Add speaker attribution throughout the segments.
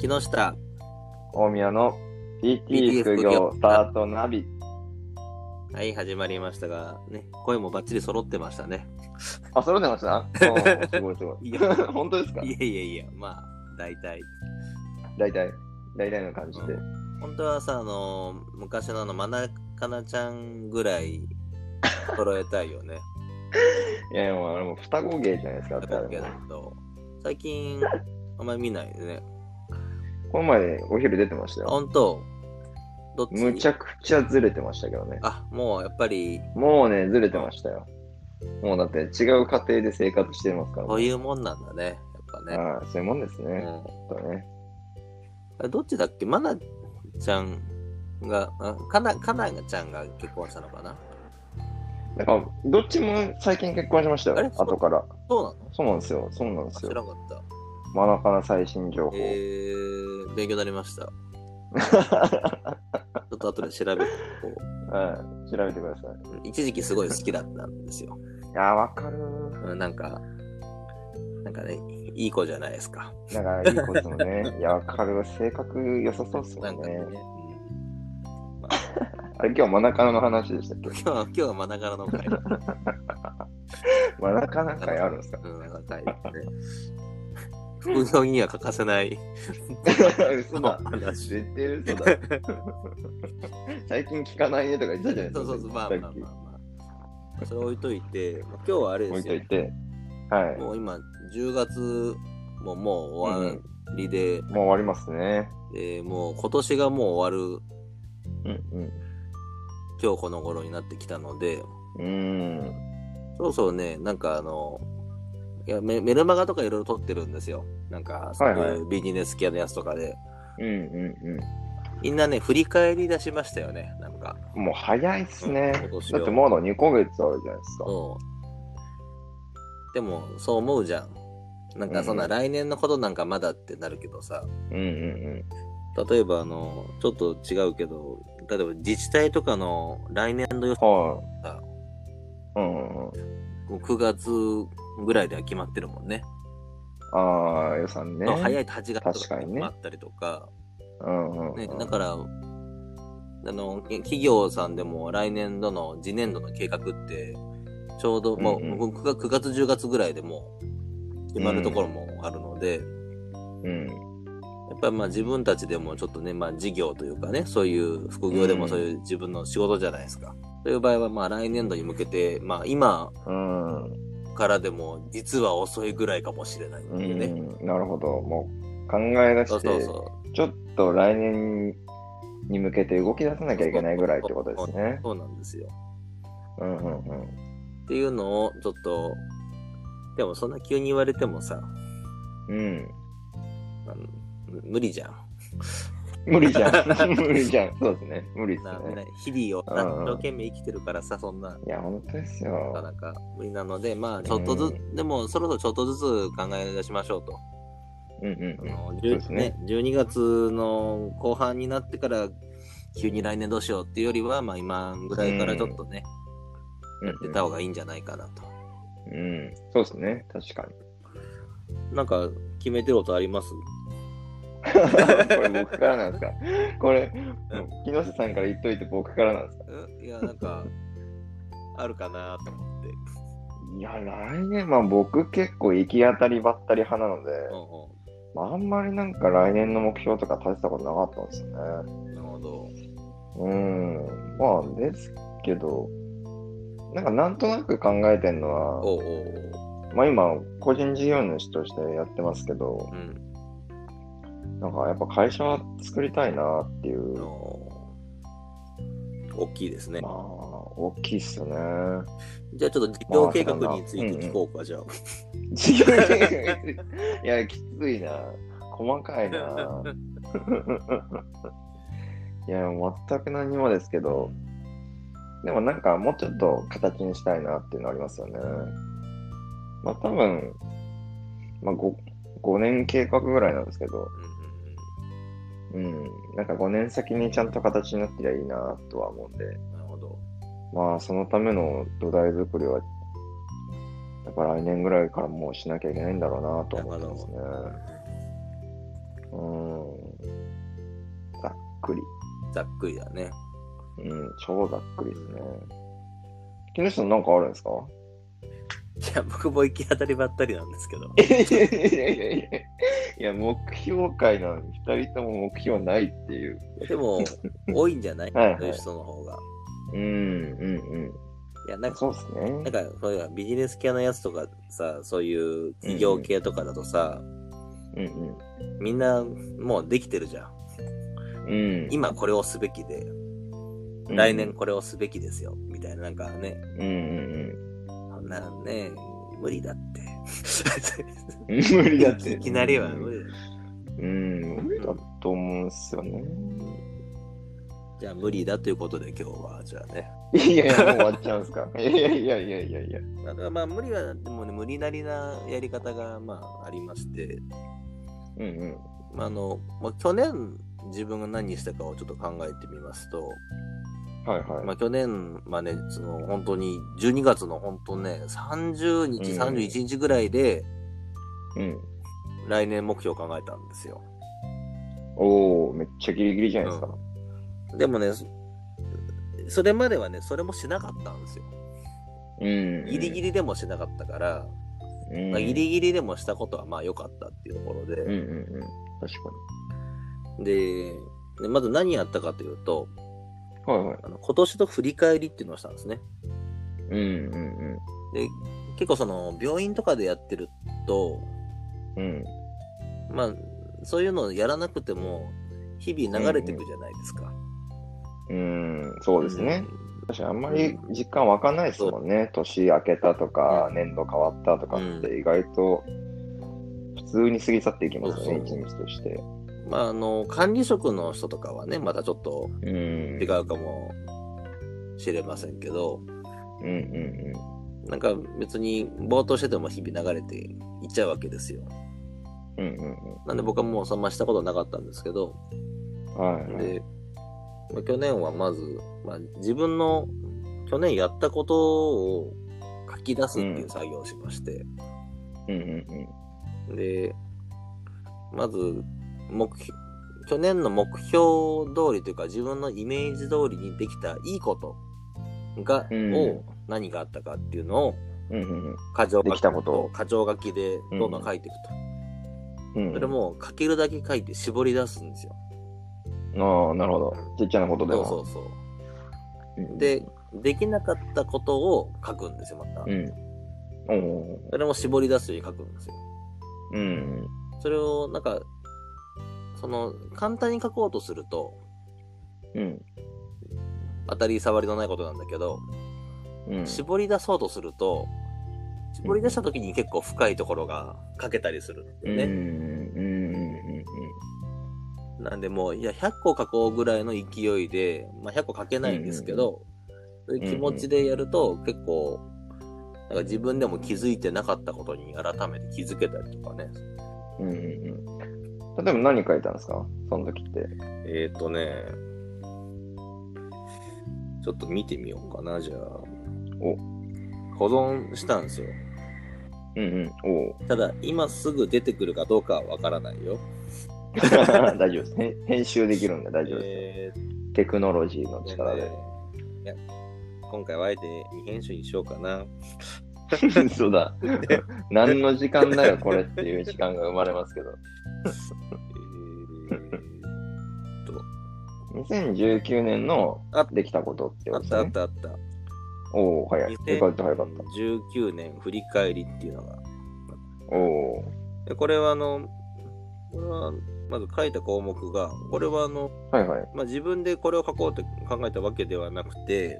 Speaker 1: 木下
Speaker 2: 大宮の PT
Speaker 1: PT
Speaker 2: 副業スタートナビ。
Speaker 1: はい始まりましたがね声もバッチリ揃ってましたね
Speaker 2: あ、揃ってま したうんすごいすごい。
Speaker 1: いや
Speaker 2: 本当ですか
Speaker 1: いやいやいやまあ大体
Speaker 2: 大体、大体の感じで。
Speaker 1: 本当はさあのー昔のあのまなかなちゃんぐらい揃えたい よね
Speaker 2: いや、もうあれも双子芸じゃないですか。
Speaker 1: だ
Speaker 2: だって
Speaker 1: けど最近あんまり見ないよね
Speaker 2: この前お昼出てましたよ。
Speaker 1: 本当どっち
Speaker 2: むちゃくちゃずれてましたけどね。
Speaker 1: あもうやっぱり
Speaker 2: もうね、ずれてましたよ。もうだって違う家庭で生活してますから、
Speaker 1: こういうもんなんだねやっ
Speaker 2: ああそういうもんです
Speaker 1: ぱね、
Speaker 2: ね。
Speaker 1: うん
Speaker 2: ちょっとね
Speaker 1: あれどっちだっけまなちゃんが、あかな、かながちゃんが結婚したのかな
Speaker 2: だから、どっちも最近結婚しました
Speaker 1: あ
Speaker 2: よ
Speaker 1: れ。
Speaker 2: 後から。
Speaker 1: そうなの
Speaker 2: そうなんですよ。そうなんで
Speaker 1: あ
Speaker 2: す
Speaker 1: 知ら
Speaker 2: よ。
Speaker 1: なかった。
Speaker 2: マナカナ最新情報。
Speaker 1: えー、勉強になりました。ちょっと後で調べて
Speaker 2: はい、調べてください。
Speaker 1: こう。一時期すごい好きだったんですよ。
Speaker 2: いや、わかる。
Speaker 1: うんなんか、なんかね、いい子じゃないですか。
Speaker 2: なんか、いいことも ね。いや、わかる。性格良さそうっす
Speaker 1: な
Speaker 2: も
Speaker 1: ん
Speaker 2: ん
Speaker 1: か
Speaker 2: ね
Speaker 1: ね。。うん
Speaker 2: あれ、今日、マナカナの話でしたっけ
Speaker 1: 今日は、今日はマナガラの会。
Speaker 2: マナカナ会あるん ですか
Speaker 1: うん、なんか会ですね。副業には欠かせない
Speaker 2: 嘘だ。
Speaker 1: 話。
Speaker 2: 絶対 嘘だ。最近聞かないねとか言ったじゃない
Speaker 1: そ
Speaker 2: ですか。
Speaker 1: うそうそう、まあ
Speaker 2: さっ
Speaker 1: ま
Speaker 2: き
Speaker 1: あまあまあ。それ置いといて、まあ今日はあれ
Speaker 2: 置
Speaker 1: で
Speaker 2: い
Speaker 1: す
Speaker 2: と
Speaker 1: よ
Speaker 2: い。て。はい。
Speaker 1: もう今、10月ももう終わりで、
Speaker 2: うんもう終わりますね。
Speaker 1: でもう今年がもう終わる
Speaker 2: うん
Speaker 1: 今日この頃になってきたので、
Speaker 2: うん。うーん。
Speaker 1: そろそろね、なんかあの、いやメメルマガとかいろいろ撮ってるんですよ。なんか、そう
Speaker 2: はいはい
Speaker 1: いうビジネス系のやつとかで。
Speaker 2: うんうんう
Speaker 1: みんなね、振り返り出しましたよね、なんか。
Speaker 2: ん。もう早いっすね
Speaker 1: うん今。年は
Speaker 2: だってまだ2ヶ月あるじゃないですか。
Speaker 1: そう。でも、そう思うじゃん。なんかそん
Speaker 2: う
Speaker 1: なん来年のことなんかまだってなるけどさ、
Speaker 2: うんうん
Speaker 1: 例えばあの、ちょっと違うけど、例えば自治体とかの来年度予
Speaker 2: うん。
Speaker 1: 算
Speaker 2: はい。うんうんうん。
Speaker 1: もう9月ぐらいでは決まってるもんね。
Speaker 2: ああ、予算ね。
Speaker 1: そう早いと8月と
Speaker 2: 確
Speaker 1: か
Speaker 2: か
Speaker 1: に
Speaker 2: にね
Speaker 1: 決まったりとか、
Speaker 2: うんうんうん。
Speaker 1: ねだから、あの、え企業さんでも来年度の次年度の計画って、ちょうどもう
Speaker 2: うんうん
Speaker 1: 僕が9月10月ぐらいでもう決まるところもあるので、
Speaker 2: うん。
Speaker 1: やっぱりまあ自分たちでもちょっとね、まあ事業というかね、そういう副業で
Speaker 2: う
Speaker 1: も
Speaker 2: ん
Speaker 1: そういう自分の仕事じゃないですか。という場合はまあ来年度に向けて、まあ今
Speaker 2: うん。
Speaker 1: からでも実は遅いぐらいかもしれないって
Speaker 2: う
Speaker 1: いうね。
Speaker 2: ん。なるほど。もう考え出
Speaker 1: そう
Speaker 2: して、
Speaker 1: そうそう。
Speaker 2: ちょっと来年に向けて動き出さなきゃいけないぐらいってことですね。
Speaker 1: そうなんですよ。
Speaker 2: うんうんうん。
Speaker 1: っていうのを、ちょっと、でもそんな急に言われてもさ、
Speaker 2: うん。
Speaker 1: あの無理じゃん。
Speaker 2: 無理じゃ ん。無理じゃん。そうですね。無理です
Speaker 1: な
Speaker 2: ね。
Speaker 1: 日々を
Speaker 2: うん
Speaker 1: 一
Speaker 2: うん
Speaker 1: 生懸命生きてるからさ、そんな、
Speaker 2: いや、本当です
Speaker 1: なか
Speaker 2: よ。
Speaker 1: なか無理なので、まあ、ちょっとずつ、でもそろそろちょっとずつ考え出しましょうと。
Speaker 2: うんうん
Speaker 1: あ
Speaker 2: うん。
Speaker 1: の
Speaker 2: そうで
Speaker 1: 10
Speaker 2: す
Speaker 1: ね
Speaker 2: ね
Speaker 1: 12月の後半になってから、急に来年どうしようっていうよりは、まあ今ぐらいからちょっとね、やってた方がいいんじゃないかなと。
Speaker 2: うんうん、うんそうですね。確かに。
Speaker 1: なんか、決めてることあります
Speaker 2: これ僕からなんですかこれ、木下さんから言っといて僕からなんですか
Speaker 1: えいや、なんか、あるかなと思っ て。
Speaker 2: いや、来年、まあ僕結構行き当たりばったり派なので、
Speaker 1: う
Speaker 2: まあ、あんまりなんか来年の目標とか立てたことなかったんですよね。
Speaker 1: んうん。なるほど。
Speaker 2: うん。まあ、ですけど、なんかなんとなく考えてるのは、
Speaker 1: おうおう
Speaker 2: まあ今、個人事業主としてやってますけど
Speaker 1: おう。う、ん。
Speaker 2: なんかやっぱ会社は作りたいなっていう、ま
Speaker 1: お大きいですね
Speaker 2: あ、。大きいっすね。
Speaker 1: じゃあちょっと事業計画について聞こうか、じゃあ。
Speaker 2: 事業計画いや、きついな。細かいな。いや、全く何もですけど、でもなんかもうちょっと形にしたいなっていうのありますよね。まあ多分、まあ 5, 5年計画ぐらいなんですけど、
Speaker 1: うん
Speaker 2: うん、なんか5年先にちゃんと形になってりゃいいなとは思うんで、
Speaker 1: うんうんなるほど。
Speaker 2: まあそのための土台作りは、やっぱ来年ぐらいからもうしなきゃいけないんだろうなと思ってますね。うん。ざっくり。
Speaker 1: ざっくりだね。
Speaker 2: うん、超ざっくりですね。木下さんなんかあるんですか
Speaker 1: いや、僕も行き当たりばったりなんですけど。
Speaker 2: いやいやいやいやいや。いや、目標会なのに2人とも目標ないっていう。
Speaker 1: でも、多いんじゃない
Speaker 2: はいはい
Speaker 1: そういう人の方が。
Speaker 2: うんうん
Speaker 1: いや、
Speaker 2: う
Speaker 1: なん
Speaker 2: ん。
Speaker 1: か、
Speaker 2: そうですね
Speaker 1: なん。かそういうビジネス系のやつとかさ、そういう企業系とかだとさ、
Speaker 2: うんうん。
Speaker 1: みんなもうできてるじゃん。
Speaker 2: うん、
Speaker 1: 今これをすべきで、
Speaker 2: うん
Speaker 1: 来年、これをすべきですよ、みたいな、なんかね、
Speaker 2: うんうん
Speaker 1: そんなのね、無理だって。
Speaker 2: うん、 無理だって。
Speaker 1: いきなりは無理だ。
Speaker 2: うん、無理だと思うんですよね。
Speaker 1: じゃあ無理だということで今日は、じゃあね。
Speaker 2: いやいや、もう終わっちゃうんす か。いやいやいやいやいやいや。
Speaker 1: だからまあ無理は、でもね、無理なりなやり方がまあありまして、
Speaker 2: うんうん。
Speaker 1: まああの、まあ、去年自分が何したかをちょっと考えてみますと、
Speaker 2: はいはい。
Speaker 1: まあ、去年、まあね、その本当に12月の本当ね、30日、
Speaker 2: うん
Speaker 1: 31日ぐらいで
Speaker 2: うん。
Speaker 1: 来年目標を考えたんですよ。
Speaker 2: おお、めっちゃギリギリじゃないですか。
Speaker 1: でもね、そそれまではね、それもしなかったんですよ。
Speaker 2: うん。
Speaker 1: ギリギ
Speaker 2: リ。
Speaker 1: リでもしなかったから、
Speaker 2: うん、
Speaker 1: まあ、ギリギリでもしたことはまあ良かったっていうところ
Speaker 2: うんう
Speaker 1: で、
Speaker 2: んうん。確か
Speaker 1: で、でまず何やったかというと、
Speaker 2: に。はいはい。
Speaker 1: あの今年の振り返りっていうのをしたんですね。
Speaker 2: うんうん
Speaker 1: で、結構その病院とかでやってると、
Speaker 2: うん。うん。
Speaker 1: まあ、そういうのをやらなくても、日々流れていくじゃないですか。
Speaker 2: うん、そうですね。確かにあんまり実感湧かないですもんね。年明けたとか、年度変わったとかって意外と普通に過ぎ去っていきますよね、一
Speaker 1: そう
Speaker 2: 日として。
Speaker 1: うん。まあ、あの、管理職の人とかはね、またちょっと
Speaker 2: うん。
Speaker 1: 違うかもしれませんけど、
Speaker 2: うんうん
Speaker 1: なんか別にぼーっとしてても日々流れていっちゃうわけですよ。
Speaker 2: うん。うんうん
Speaker 1: なんで僕はもうそんなしたことなかったんですけど、
Speaker 2: うん。はいはい。
Speaker 1: で、まあ、去年はまず、まあ、自分の去年やったことを書き出すっていう作業をしまして、
Speaker 2: うんうん
Speaker 1: で、まず目標、去年の目標通りというか自分のイメージ通りにできたいいことが、
Speaker 2: うん
Speaker 1: を何があったかっていうのを
Speaker 2: うん。うんうん
Speaker 1: 過剰
Speaker 2: で
Speaker 1: 書
Speaker 2: き
Speaker 1: き
Speaker 2: たことを
Speaker 1: 過剰書きでどんどん書いていくと。
Speaker 2: うん。うん
Speaker 1: それも書けるだけ書いて絞り出すんですよ。
Speaker 2: ああ、なるほど。ちっちゃなことで
Speaker 1: そ
Speaker 2: も。
Speaker 1: うそうそう。
Speaker 2: うん
Speaker 1: で、できなかったことを書くんですよ、また。
Speaker 2: うん。おお。
Speaker 1: それも絞り出すように書くんですよ。
Speaker 2: うん。
Speaker 1: それを、なんか、その、簡単に書こうとすると、
Speaker 2: うん。
Speaker 1: 当たり障りのないことなんだけど、
Speaker 2: うん。
Speaker 1: 絞り出そうとすると、絞り出した時に結構深いところが書けたりするん
Speaker 2: うん。
Speaker 1: で
Speaker 2: うん。
Speaker 1: ね。
Speaker 2: うん。
Speaker 1: なんでもう、いや、100個書こうぐらいの勢いで、まあ、100個書けないんですけど、そういう気持ちでやると結構、なんか自分でも気づいてなかったことに改めて気づけたりとかね。
Speaker 2: うん。うん。うん。例えば何書いたんですかその時って。
Speaker 1: えっ、ー、とね、ちょっと見てみようかな、じゃあ。
Speaker 2: お
Speaker 1: 保存したんですよ。
Speaker 2: うんうん。おお。
Speaker 1: ただ、今すぐ出てくるかどうかはわからないよ。
Speaker 2: 大丈夫です。へん編集できるんで大丈夫です。
Speaker 1: えー
Speaker 2: テクノロジーの
Speaker 1: っ
Speaker 2: 力
Speaker 1: と
Speaker 2: で。
Speaker 1: ね、いや今回はあえて未編集にしようかな。
Speaker 2: そうだ。何の時間だよ、これっていう時間が生まれますけど。
Speaker 1: えー
Speaker 2: 2019年の
Speaker 1: あ
Speaker 2: できたことって
Speaker 1: あ
Speaker 2: こ
Speaker 1: っ
Speaker 2: と
Speaker 1: たあ
Speaker 2: で
Speaker 1: っ
Speaker 2: すね。
Speaker 1: たあった。
Speaker 2: おお、早い。
Speaker 1: 2000
Speaker 2: 意外と早かった。
Speaker 1: 19年振り返りっていうのが。
Speaker 2: おお。
Speaker 1: でこれはあの、これは、まず書いた項目が、これはあの、
Speaker 2: はいはい。
Speaker 1: まあ、自分でこれを書こうと考えたわけではなくて、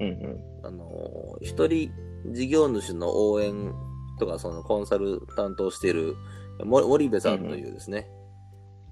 Speaker 2: うん
Speaker 1: あのー一人事業主の応援とか、そのコンサル担当している、も森部さんというですね、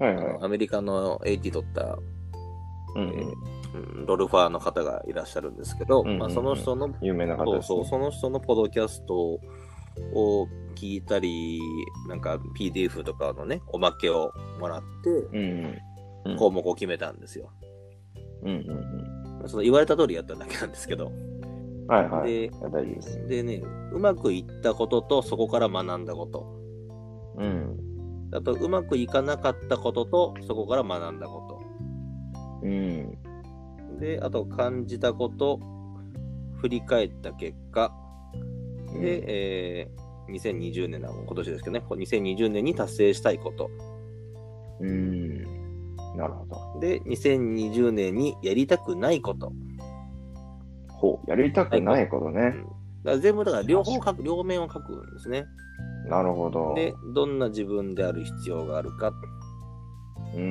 Speaker 2: うん。はい
Speaker 1: あ
Speaker 2: はい
Speaker 1: の。アメリカの AT 取った、
Speaker 2: う
Speaker 1: えー
Speaker 2: ん。
Speaker 1: うんロルファーの方がいらっしゃるんですけど、
Speaker 2: うんうんうん
Speaker 1: まあ、その人の、
Speaker 2: 有名な方
Speaker 1: そ
Speaker 2: で
Speaker 1: う
Speaker 2: す
Speaker 1: そ
Speaker 2: ね
Speaker 1: う、。その人のポドキャストを聞いたり、なんか PDF とかのね、おまけをもらって、
Speaker 2: うんうん。
Speaker 1: 項目を決めたんですよ。
Speaker 2: うんうんうん。
Speaker 1: その言われた通りやっただけなんですけど。
Speaker 2: はいはい。
Speaker 1: で
Speaker 2: いや大丈夫です。
Speaker 1: でね、うまくいったことと、そこから学んだこと。
Speaker 2: うん。
Speaker 1: やっぱうまくいかなかったことと、そこから学んだこ
Speaker 2: うん。
Speaker 1: と。で、あと感じたこと、振り返った結果、で、えー2020年だ、今年ですけどね、こう2020年に達成したいこと。
Speaker 2: うん。なるほど。
Speaker 1: で、2020年にやりたくないこと。
Speaker 2: ほう。やりたくないことね。
Speaker 1: だから全部、だから両方書く、両面を書くんですね。
Speaker 2: なるほど。
Speaker 1: で、どんな自分である必要があるか
Speaker 2: うんうん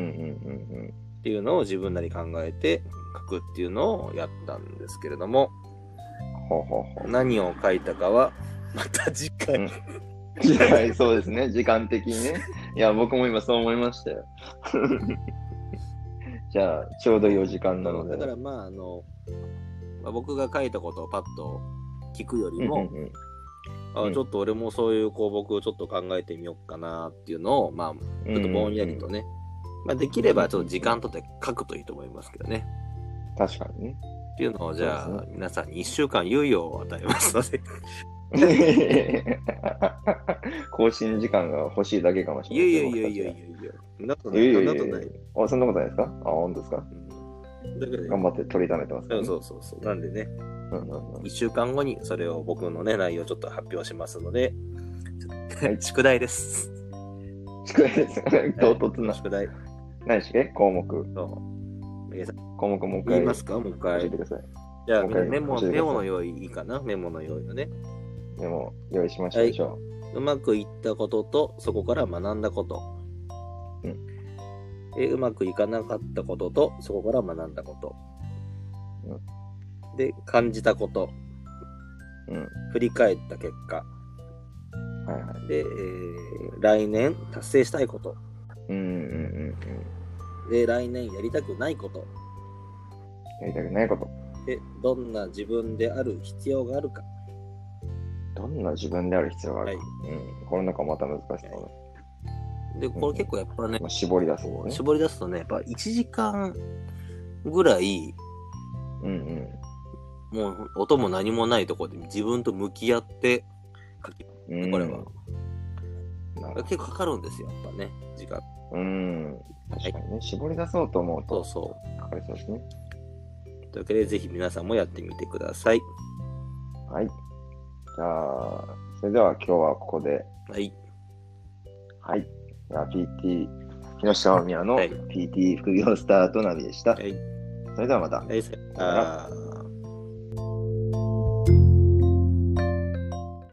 Speaker 2: うん
Speaker 1: っていうのを自分なり考えて書くっていうのをやったんですけれども、
Speaker 2: うん。ほうほうほう。
Speaker 1: 何を書いたかは、また次回。
Speaker 2: うんいやそうですね、時間的に ね。いや、僕も今そう思いましたよ。 じゃあ、ちょうど4時間なので。
Speaker 1: だからまあ、あの、まあ僕が書いたことをパッと聞くより
Speaker 2: うん
Speaker 1: も、
Speaker 2: うんうん
Speaker 1: あちょっと俺もそういう項目をちょっと考えてみようかなっていうのを、まあ、ちょっとぼんやりとね、まあ、できればちょっと時間とって書くといいと思いますけどね。
Speaker 2: 確かにね。
Speaker 1: っていうのを、じゃ
Speaker 2: そう
Speaker 1: あ
Speaker 2: で、
Speaker 1: 皆さんに1週間猶予を与えますので、
Speaker 2: 更新時間が欲しいだけかもし
Speaker 1: い
Speaker 2: れ
Speaker 1: や
Speaker 2: な い。
Speaker 1: いやいやいやいやいや、そんなこと
Speaker 2: 僕たちは。い
Speaker 1: な
Speaker 2: や
Speaker 1: い。そんなことない
Speaker 2: いやいやや。あ、そんなことないですかあ、本当ですか
Speaker 1: うんだから
Speaker 2: 頑張って取りためてますから
Speaker 1: う
Speaker 2: ね、
Speaker 1: んそうそうそう。なんでね、
Speaker 2: うんうんうん
Speaker 1: 1週間後にそれを僕のね、内容をちょっと発表しますので、
Speaker 2: はい
Speaker 1: 宿題です。
Speaker 2: 宿題です。 唐突な。
Speaker 1: 宿題。
Speaker 2: 何でしたっけ項目。
Speaker 1: そう。皆さん
Speaker 2: 項目もう一
Speaker 1: 言い
Speaker 2: 回
Speaker 1: ますかもう一
Speaker 2: 教え
Speaker 1: 回
Speaker 2: て。ください。
Speaker 1: じゃあ、
Speaker 2: もう
Speaker 1: み
Speaker 2: 一
Speaker 1: んな
Speaker 2: 回
Speaker 1: メモ、
Speaker 2: 教えてください
Speaker 1: メモの用意いいかなメモの用意のね。
Speaker 2: でも、用意しましたでしょ
Speaker 1: うまくいったことと、そこから学んだこと。
Speaker 2: う
Speaker 1: でうまくいかなかったことと、そこから学んだこと。で、感じたこと、
Speaker 2: う。うん。
Speaker 1: 振り返った結果。
Speaker 2: はいはい。
Speaker 1: で、えー来年達成したいこと。
Speaker 2: うんうんうんうん。
Speaker 1: で、来年やりたくないこと。
Speaker 2: やりたくないこと。
Speaker 1: で、どんな自分である必要があるか。
Speaker 2: どんな自分である必要があるか。うん。この中また難しそうな。
Speaker 1: で、これ結構やっぱね
Speaker 2: まあ、、絞り出すんね。
Speaker 1: 絞り出すとね、やっぱ1時間ぐらい、
Speaker 2: うんうん。
Speaker 1: もう音も何もないところで自分と向き合って書き
Speaker 2: うん
Speaker 1: これは。
Speaker 2: なる
Speaker 1: 結構かかるんですよ、やっぱね、時間。
Speaker 2: うん。確かにね、絞り出そうと思う
Speaker 1: そう
Speaker 2: と、
Speaker 1: そ
Speaker 2: かかりそうですね。
Speaker 1: う。というわけで、ぜひ皆さんもやってみてください。
Speaker 2: はい。じゃあ、それでは今日はここで、
Speaker 1: はい。
Speaker 2: はい。では PT、木下美宮の
Speaker 1: はい
Speaker 2: PT 副業スタートナビでした。
Speaker 1: はい。
Speaker 2: それではまた。
Speaker 1: はい、さよなら